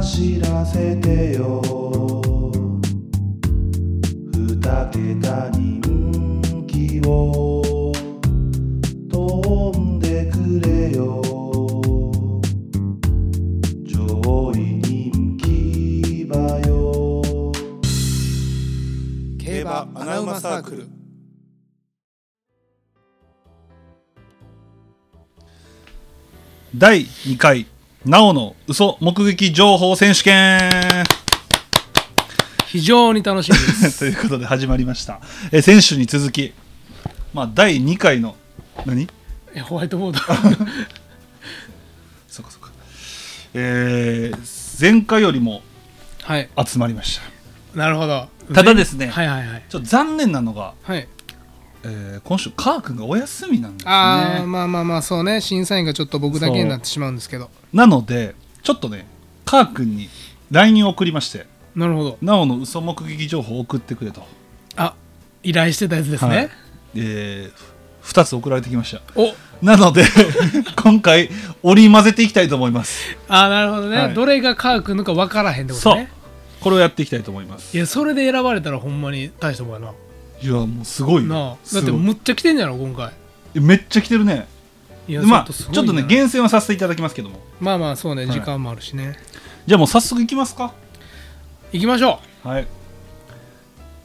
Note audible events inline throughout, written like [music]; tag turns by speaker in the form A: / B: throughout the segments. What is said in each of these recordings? A: 走らせてよ二桁人気を飛んでくれよ上位人気馬よ
B: 競馬アナウマサークル
C: 第2回なおの嘘目撃情報選手権 [laughs]
D: 非常に楽しみです
C: ということで始まりましたえ選手に続き、まあ、第2回の何
D: [laughs] えホワイトボード
C: そうかそうかえー前回よりも
D: [laughs] はい
C: 集まりました
D: なるほど
C: ただですね
D: はいはいはい
C: ちょっと残念なのが、
D: はい
C: えー今週カー君がお休みなんです
D: あー
C: ね
D: まあまあまあそうね審査員がちょっと僕だけになってしまうんですけど
C: なのでちょっとねカー君に LINE を送りまして
D: なるほど
C: なおの嘘目撃情報を送ってくれと
D: あ依頼してたやつですね、
C: はいえ2つ送られてきました
D: お
C: なので [laughs] 今回織り交ぜていきたいと思います、
D: あーなるほどね、
C: はい
D: どれがカー君のか分からへんってことね
C: これをやっていきたいと思います
D: いやそれで選ばれたらほんまに大したもんやない
C: やもうすごいよ
D: なあだ
C: す
D: って
C: ごい
D: むっちゃ来てんじゃろ今回
C: えめっちゃ来てるね
D: いや
C: まあち
D: すご
C: ょ
D: いな
C: っとね厳選はさせていただきますけども
D: まあまあそうね
C: はい
D: 時間もあるしね、
C: じゃあもう早速いきますか
D: 行きましょ
C: はい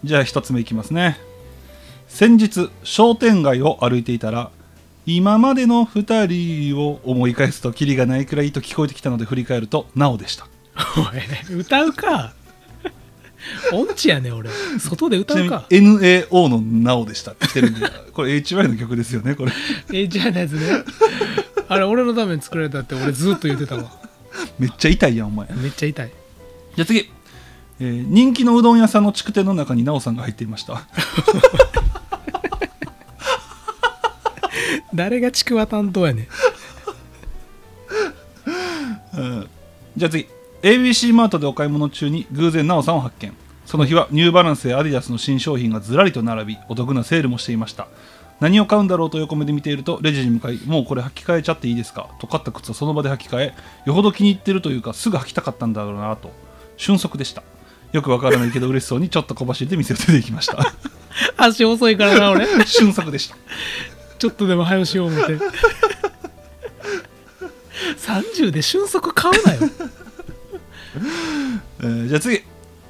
C: じゃあ一つ目いきますね先日商店街を歩いていたら今までの2人を思い返すとキリがないくらいと聞こえてきたので振り返るとなおでした [laughs]
D: うおい歌うか [laughs] 音痴やね俺外で歌う
C: ちな
D: か
C: みに NAO のなおでしたって来てるんでこれ HY の曲ですよねこれ
D: えー、じゃあのやつねあれ俺のために作られたって俺ずっと言ってたわ
C: めっちゃ痛いやんお前じ
D: めっちゃ痛い
C: ゃあ次、えー人気のうどん屋さんの築店の中になおさんが入っていました
D: 誰がちくわ担当やねん
C: じゃあ次 ABC マートでお買い物中に偶然なおさんを発見その日はニューバランスやアディダスの新商品がずらりと並びお得なセールもしていました何を買うんだろうと横目で見ているとレジに向かいもうこれ履き替えちゃっていいですかと買った靴をその場で履き替えよほど気に入ってるというかすぐ履きたかったんだろうなと瞬足でしたよくわからないけど嬉しそうにちょっと小走りで店を出て行きました [laughs]
D: 足遅いからな俺
C: 瞬足でした
D: ちょっとでも早押しよう思って30で俊足買うなよ
C: えーじゃあ次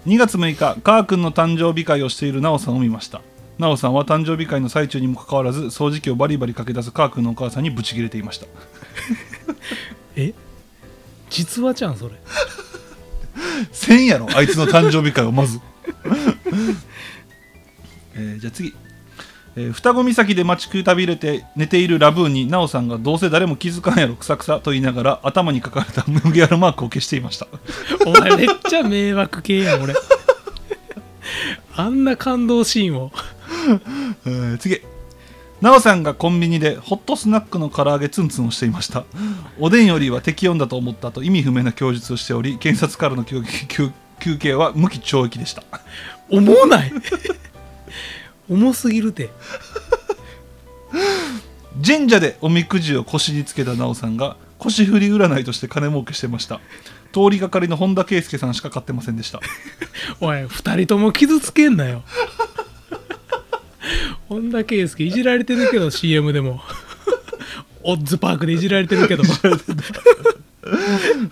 C: 2月6日カー君の誕生日会をしているナオさんを見ましたナオさんは誕生日会の最中にもかかわらず掃除機をバリバリかけ出すカー君のお母さんにブチ切れていました
D: え実話じゃんそれ
C: せんやろあいつの誕生日会をまず、 [laughs] えーじゃあ次、えー双子岬で待ちくたびれて寝ているラブーンにナオさんがどうせ誰も気づかんやろクサクサと言いながら頭に書かれた麦わらマークを消していました
D: お前めっちゃ迷惑系やん俺あんな感動シーンを
C: えー次なおさんがコンビニでホットスナックの唐揚げツンツンをしていましたおでんよりは適温だと思ったと意味不明な供述をしており検察からの求求求刑は無期懲役でした
D: 思わ [laughs] ない重すぎるて
C: 神社でおみくじを腰につけたなおさんが腰振り占いとして金儲けしてました通りがかりの本田圭佑さんしか買ってませんでした
D: おい二人とも傷つけんなよ本田圭佑いじられてるけど CM でもオッズパークでいじられてるけど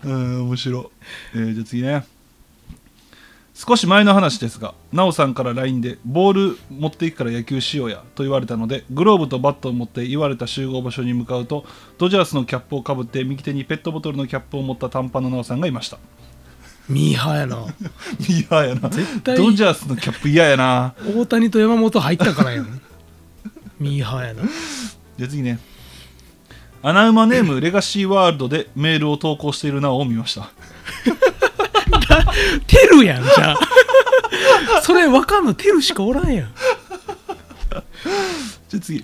C: うん面白い、えーじゃあ次ね少し前の話ですが奈緒さんから LINE で「ボール持っていくから野球しようや」と言われたのでグローブとバットを持って言われた集合場所に向かうとドジャースのキャップをかぶって右手にペットボトルのキャップを持った短パンの奈緒さんがいました
D: ミーハーやない
C: ややな
D: 対
C: ドジャースのキャップ嫌やな
D: 大谷と山本入ったからやんミーハーやな
C: じゃあ次ねアナウマネームレガシーワールドでメールを投稿している奈緒を見ました
D: テルやんじゃあそれわかんのテルしかおらんやん
C: じゃあ次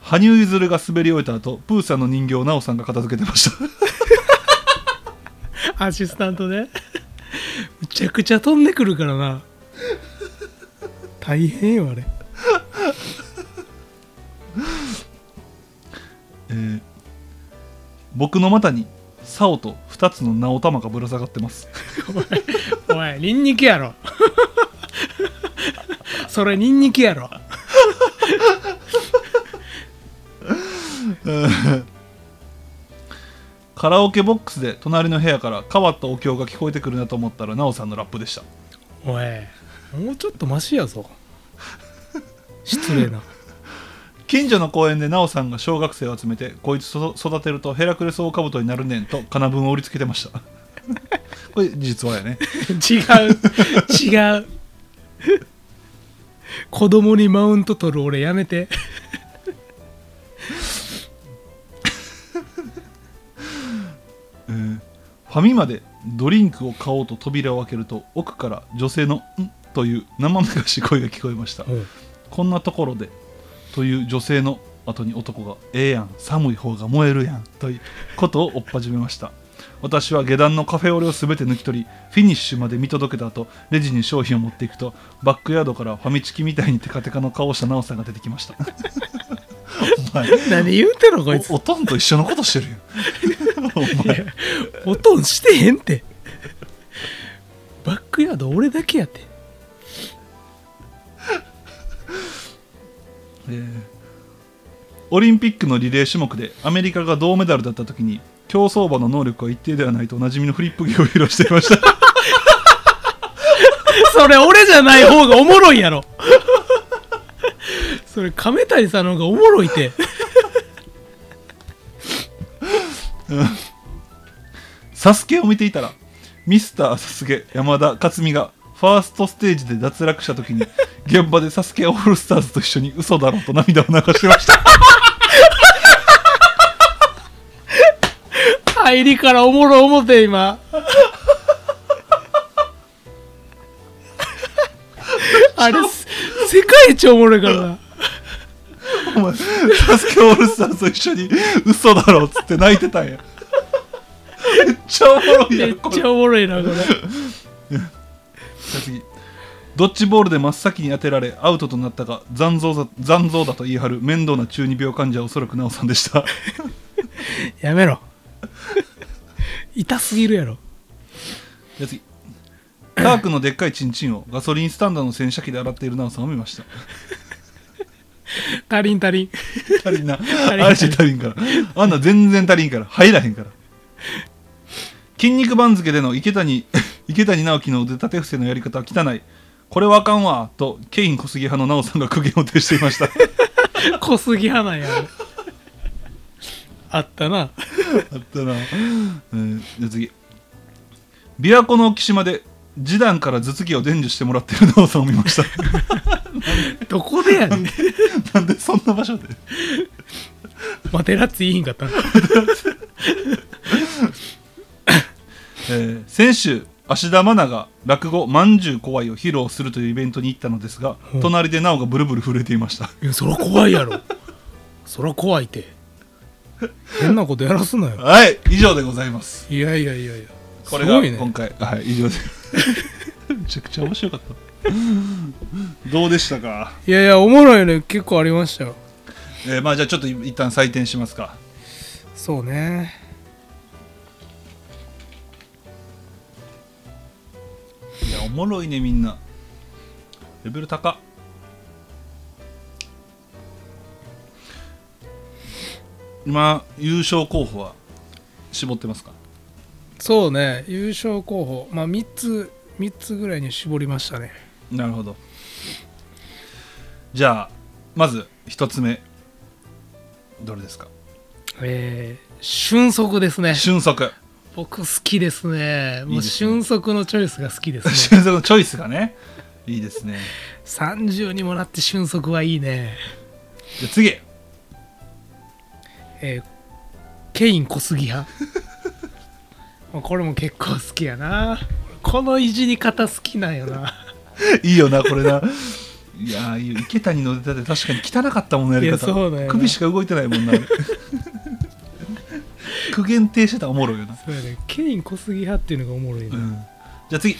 C: 羽生結弦が滑り終えた後プーさんの人形を奈緒さんが片付けてました
D: アシスタントでむちゃくちゃ飛んでくるからな大変よあれ
C: えー僕の股に竿と2つの直玉がぶら下がってます [laughs]
D: おいニンニクやろ [laughs] それニンニクやろ
C: カラオケボックスで隣の部屋から変わったお経が聞こえてくるなと思ったら奈緒さんのラップでした
D: おいもうちょっとマシやぞ失礼な
C: 近所の公園で奈緒さんが小学生を集めてこいつそ育てるとヘラクレスオオカブトになるねんと金文を売りつけてました [laughs] これ実話やね
D: 違う違う子供にマウント取る俺やめて
C: ファミマでドリンクを買おうと扉を開けると奥から女性の「ん?」という生めかしい声が聞こえましたこんなところでという女性の後に男が「ええやん寒い方が燃えるやん」ということを追っ始めました私は下段のカフェオレを全て抜き取りフィニッシュまで見届けた後レジに商品を持っていくとバックヤードからファミチキみたいにテカテカの顔をした奈緒さんが出てきましたお前
D: 何言うてんのこいつ
C: おおとんと一緒のことしてるやんお前
D: おとんしてへんってバックヤード俺だけやって
C: えーオリンピックのリレー種目でアメリカが銅メダルだった時に競走馬の能力は一定ではないとおなじみのフリップ芸を披露していました
D: それ俺じゃない方がおもろいやろそれ亀谷さんの方がおもろいって
C: サスケを見ていたらミスターサスケ山田勝美がファーストステージで脱落した時に現場でサスケオールスターズと一緒に嘘だろうと涙を流してました
D: 入りからおもろ思て
C: [laughs]
D: 今あれす世界一おもろいからな
C: お前サスケオールスターズと一緒に嘘だろうっつって泣いてたんやめっちゃおもろいや
D: め
C: ん
D: っ
C: これ
D: ちゃおもろいなこれ
C: じゃあ次ドッジボールで真っ先に当てられアウトとなったが残像だ残像だと言い張る面倒な中二病患者はおそらく奈緒さんでした
D: やめろ痛すぎるやろ
C: じゃあ次タークのでっかいチンチンをガソリンスタンドの洗車機で洗っている奈緒さんを見ました
D: 足りん足りん
C: 足りんな
D: りん
C: あれし足りんからあんな全然足りんから入らへんから筋肉番付での池谷池谷直樹の腕立て伏せのやり方は汚いこれはあかんわとケイン小杉派の奈緒さんが苦言を呈していました
D: 小杉派なんやあったな
C: あったな、うん、じゃあ次琵琶湖の沖島で示談から頭突きを伝授してもらってる奈緒さんを見ました
D: どこでやねん
C: なんでそんな場所で
D: マテラッツいいんかったな
C: えー先週芦田愛菜が落語「まんじゅう怖い」を披露するというイベントに行ったのですが
D: うん
C: 隣で奈緒がブルブル震えていました
D: いやそら怖いやろそら怖いて変なことやらすなよ
C: はい以上でございます
D: いやいやいやいや
C: これが
D: すごい
C: 今
D: ね
C: 回、はい以上ですめちゃくちゃ面白かったどうでしたか、
D: いやいやおもろいね結構ありましたよ
C: えーまあじゃあちょっと一旦採点しますか
D: そうね
C: いやおもろいねみんなレベル高っ今優勝候補は絞ってますか
D: そうね優勝候補まあ3つ3つぐらいに絞りましたね
C: なるほどじゃあまず一つ目どれですか
D: えー、俊足ですね
C: 俊足 [laughs]
D: 僕好きですねも
C: いいうですね
D: 俊足のチョイスが好きですね [laughs]
C: 俊足のチョイスがねいいですね
D: 30にもなって俊足はいいね
C: じゃあ次 [laughs]
D: えーケイン小杉 [laughs] 派もうこれも結構好きやなこのいじり方好きなんよな
C: いいよなこれないやーいいよ池谷の出たで確かに汚かったもんねやり
D: い
C: 方
D: やそうだよな
C: 首しか動いてないも
D: [laughs]
C: んなあれ苦言呈してたらおもろいよな、
D: そうやねケイン小杉派っていうのがおもろいね、
C: うん、じゃあ次、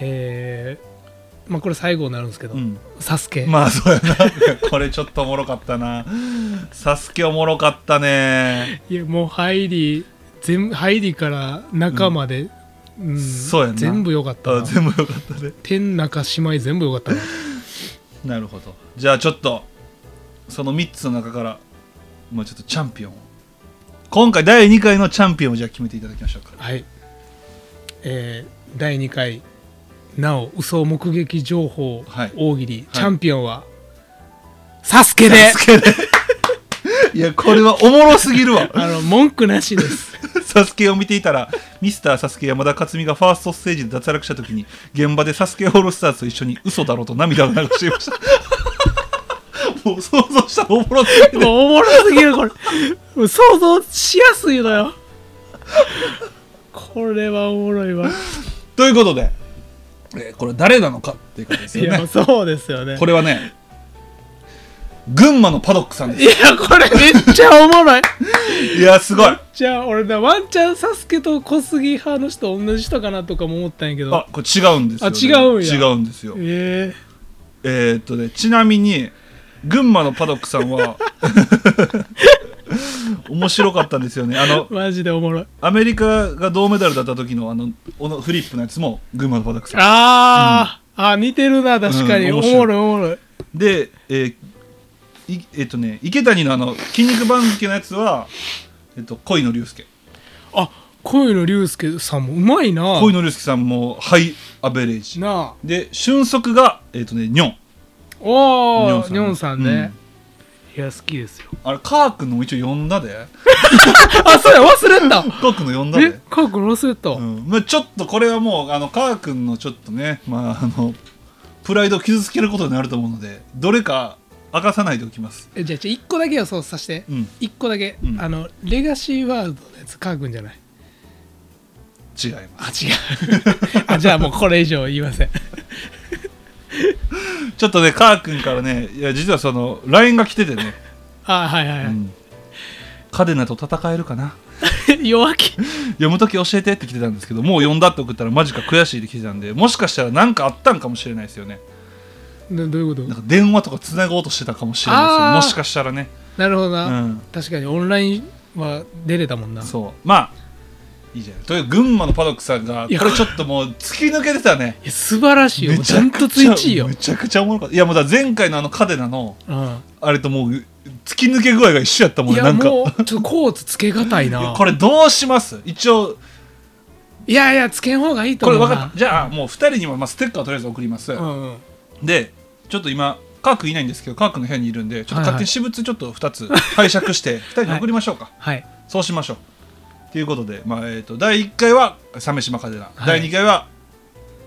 D: えーまあこれ最後になるんですけど、
C: うん、
D: サスケ、
C: まあそうやな [laughs] これちょっとおもろかったなサスケおもろかったね
D: いやもう入り全部入りから中まで、うん
C: そうやんな
D: 全部良かった
C: あ
D: な
C: 全部よかったね
D: 天中姉妹全部良かったな
C: なるほどじゃあちょっとその3つの中からまあちょっとチャンピオンを今回第2回のチャンピオンをじゃあ決めていただきましょうか
D: はいえー第2回なお嘘目撃情報
C: はい
D: 大喜利、チャンピオンは、サスケで
C: [laughs] いやこれはおもろすぎるわ [laughs]
D: あの文句なしです
C: サスケを見ていたらミスターサスケ山田勝美がファーストステージで脱落した時に現場でサスケオールスターズと一緒に嘘だろうと涙を流して
D: [laughs]
C: いましたもう想像したら [laughs] おもろすぎる
D: もうおもろすぎるこれもう想像しやすいのよこれはおもろいわ
C: ということで、えーこれ誰なのかっていうことです
D: い
C: よ
D: や
C: ね
D: そうですよね
C: これはね群馬のパドックさんです
D: いやこれめっちゃおもろい
C: いやすごい
D: じゃあ俺なワンチャンサスケと小杉派の人同じ人かなとかも思ったんやけど
C: あこれ違うんですよ、
D: あ違うんや
C: 違うんですよ
D: え
C: えーっとねちなみに群馬のパドックさんは [laughs] 面白かったんですよねあの
D: えマジでおもろい
C: アメリカが銅メダルだった時のあのおのフリップのやつも群馬のパドックさん
D: あー、あ似てるな確かに、
C: うん面
D: お
C: 白
D: も
C: い
D: ろいおもろい
C: でえーいえーっとね池谷のあの筋肉番付のやつは、えっと、恋の龍介
D: あ恋の龍介さんもうまいな
C: 恋の龍介さんもハイアベレージ
D: なあ
C: で俊足がえーっとねニョン
D: おお
C: ニ
D: ニ
C: ョ
D: ョ
C: ン
D: ン
C: さ
D: さ
C: ん
D: ん
C: ね
D: ね、いや好きですよ [laughs]
C: あれカー君のも一応呼んだで
D: あそうや忘れた
C: カー君の呼んだで
D: えカー君忘れた、
C: うんまあ、ちょっとこれはもうあのカー君のちょっとね、まあ、あのプライドを傷つけることになると思うのでどれか明かさないでおきます
D: えじゃあじゃあ1個だけ予想させて、
C: うん
D: 一1個だけ、
C: うん
D: あのレガシーワールドのやつカー君じゃない
C: 違いま
D: あ違う [laughs] あじゃあもうこれ以上言いません
C: すちょっとねカー君からねいや実はその LINE が来ててね、
D: あはいはいうはい、
C: ん、カデナと戦えるかな
D: [laughs] 弱気
C: 読む時教えてって来てたんですけどもう読んだって送ったらマジか悔しいって来てたんでもしかしたら何かあったんかもしれないですよね
D: などういうこ
C: なん
D: と
C: か電話とか繋ごうとしてたかもしれないですよ
D: あー
C: もしかしたらね
D: なるほどな、
C: うん
D: 確かにオンラインは出れたもんな
C: そうまあいいじゃないという群馬のパドックさんが
D: いや
C: これちょっともう突き抜けてたね
D: いや素晴らしいよちゃんと
C: く
D: ツイッチよ
C: め、ちゃくちゃおもろかったいやもうだから前回のあのカデナの
D: うん、
C: あれともう突き抜け具合が一緒やったもん
D: い
C: ね
D: や
C: なんか
D: もうちょっとコーツつけがたい
C: いや
D: な
C: これどうします一応
D: いやいやつけん方がいいと
C: これ
D: 思う
C: 分
D: な
C: かったじゃあもう2人にもまあステッカーをとりあえず送ります、
D: うんうん
C: でちょっと今カークいないんですけどカークの部屋にいるんでちょっ
D: は
C: と
D: いは
C: 勝
D: い
C: 手に私物ちょっと2つ拝借して2人に送りましょうか、
D: はい
C: そうしましょう。ということで、まあえー、と第1回は鮫島風奈、
D: はい
C: 第2回は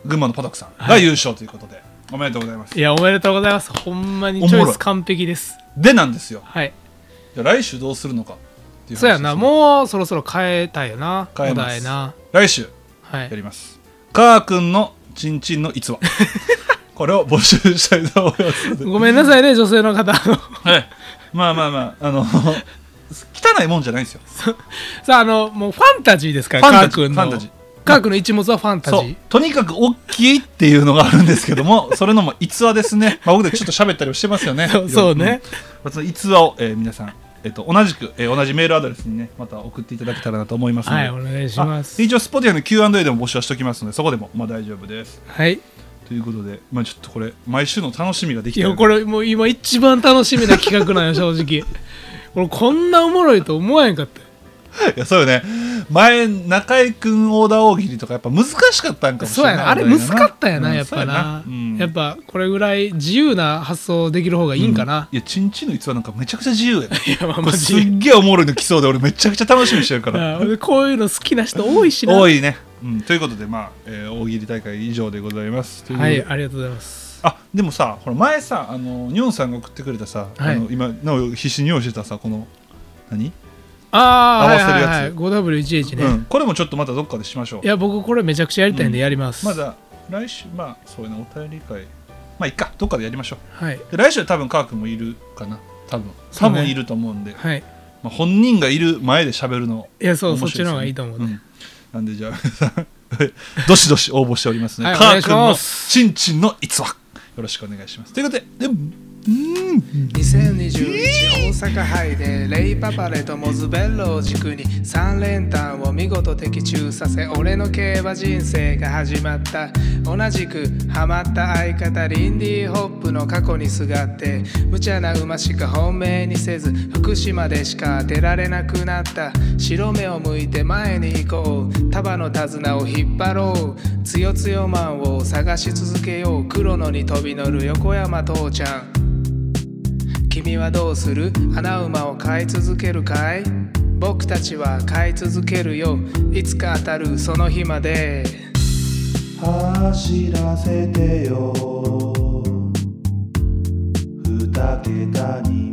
C: 群馬のパドックさんが
D: はい
C: 優勝ということで、おめでとうございます
D: い。やおめでとうございますほんま
C: お
D: にチ
C: もろい
D: ョイス完璧です
C: でなんですよ、
D: はい
C: じゃあ来週どうするのかっていう話です
D: そうやなもうそろそろ変えたいよな
C: 変えま
D: お
C: す
D: 題な
C: 来週
D: は
C: や
D: い
C: ります。カー君のチンチンの
D: [laughs]
C: 逸話これを募集したいと思いますので、
D: ごめんなさいね女性の方 [laughs]
C: はい、まあまあまああの [laughs] 汚いもんじゃないんですよ。
D: さああのもうファンタジーですから
C: ファ
D: カ
C: ンタ
D: ー
C: ジー
D: 君の
C: ファンタジー
D: カー君の一物はファンタジ
C: そ
D: ー
C: うとにかく大きいっていうのがあるんですけども [laughs] それのも逸話ですね、まあ、僕でちょっと喋ったりもしてますよ
D: [laughs]
C: ね
D: そうそうね、
C: うんその逸話を、えー皆さん、えっと同じく、えー同じメールアドレスにねまた送っていただけたらなと思いますので、
D: はいお願いします
C: あ一応 Spotify の Q&A でも募集はしておきますのでそこでもまあ大丈夫です
D: はい
C: ということで、まあ、ちょっとこれ毎週の楽しみができ
D: い
C: て
D: やこれもう今一番楽しみな企画
C: [laughs]
D: なんよ正直俺こんなおもろいと思わへんかったよ
C: いやそうよね前中居君オーダー大喜利とかやっぱ難しかったんかもし
D: そう
C: れない
D: やなあれ難かったやな、
C: うん
D: やっぱな、
C: そうやうん
D: やっぱこれぐらい自由な発想できる方がいいんかな、
C: いやチンチンの逸話なんかめちゃくちゃ自由やない
D: やまあ
C: こ
D: マ
C: れす
D: ジで
C: っげえおもろいの来そうで俺めちゃくちゃ楽しみにしてるから
D: あ俺こういうの好きな人多いしな
C: 多いね、うん、ということでまあ、えー大喜利大会以上でございますというこ
D: は
C: とで
D: いありがとうございます
C: あでもさほら前さあのニョンさんが送ってくれたさ、
D: はい
C: あの今なお必死に用意してたさこの何、
D: ああ
C: 合わせるやつ
D: はいはいはい、5W1H ね、
C: うん、これもちょっとまたどっかでしましょう
D: いや僕これめちゃくちゃやりたいんでやります、
C: まだ来週まあそういうのお便り会まあいっかどっかでやりましょ
D: はい、
C: うで来週は多分カー君もいるかな多分
D: そ
C: 多
D: うね
C: 分いると思うんで、
D: はい、
C: まあ、本人がいる前で喋るの
D: いやそう、そ
C: 面
D: っ
C: 白
D: ち
C: いですね
D: の方がいいと思う、ね
C: うんなんでじゃあ皆さん [laughs] どしどし応募しておりますね、
D: はい
C: カ
D: お願い
C: ー
D: し
C: 君の
D: ま
C: ちんちんの逸話よろしくお願いしますということでで
D: 2021大阪杯でレイパパレとモズベッロを軸に3連単を見事的中させ俺の競馬人生が始まった同じくハマった相方リンディーホップの過去にすがって無茶な馬しか本命にせず福島でしか当てられなくなった白目を向いて前に行こう束の手綱を引っ張ろうつよつよマンを探し続けよう黒野に飛び乗る横山父ちゃん君はどうする穴馬を飼い続けるかい僕たちは飼い続けるよいつか当たるその日まで
A: 走らせてよ二桁に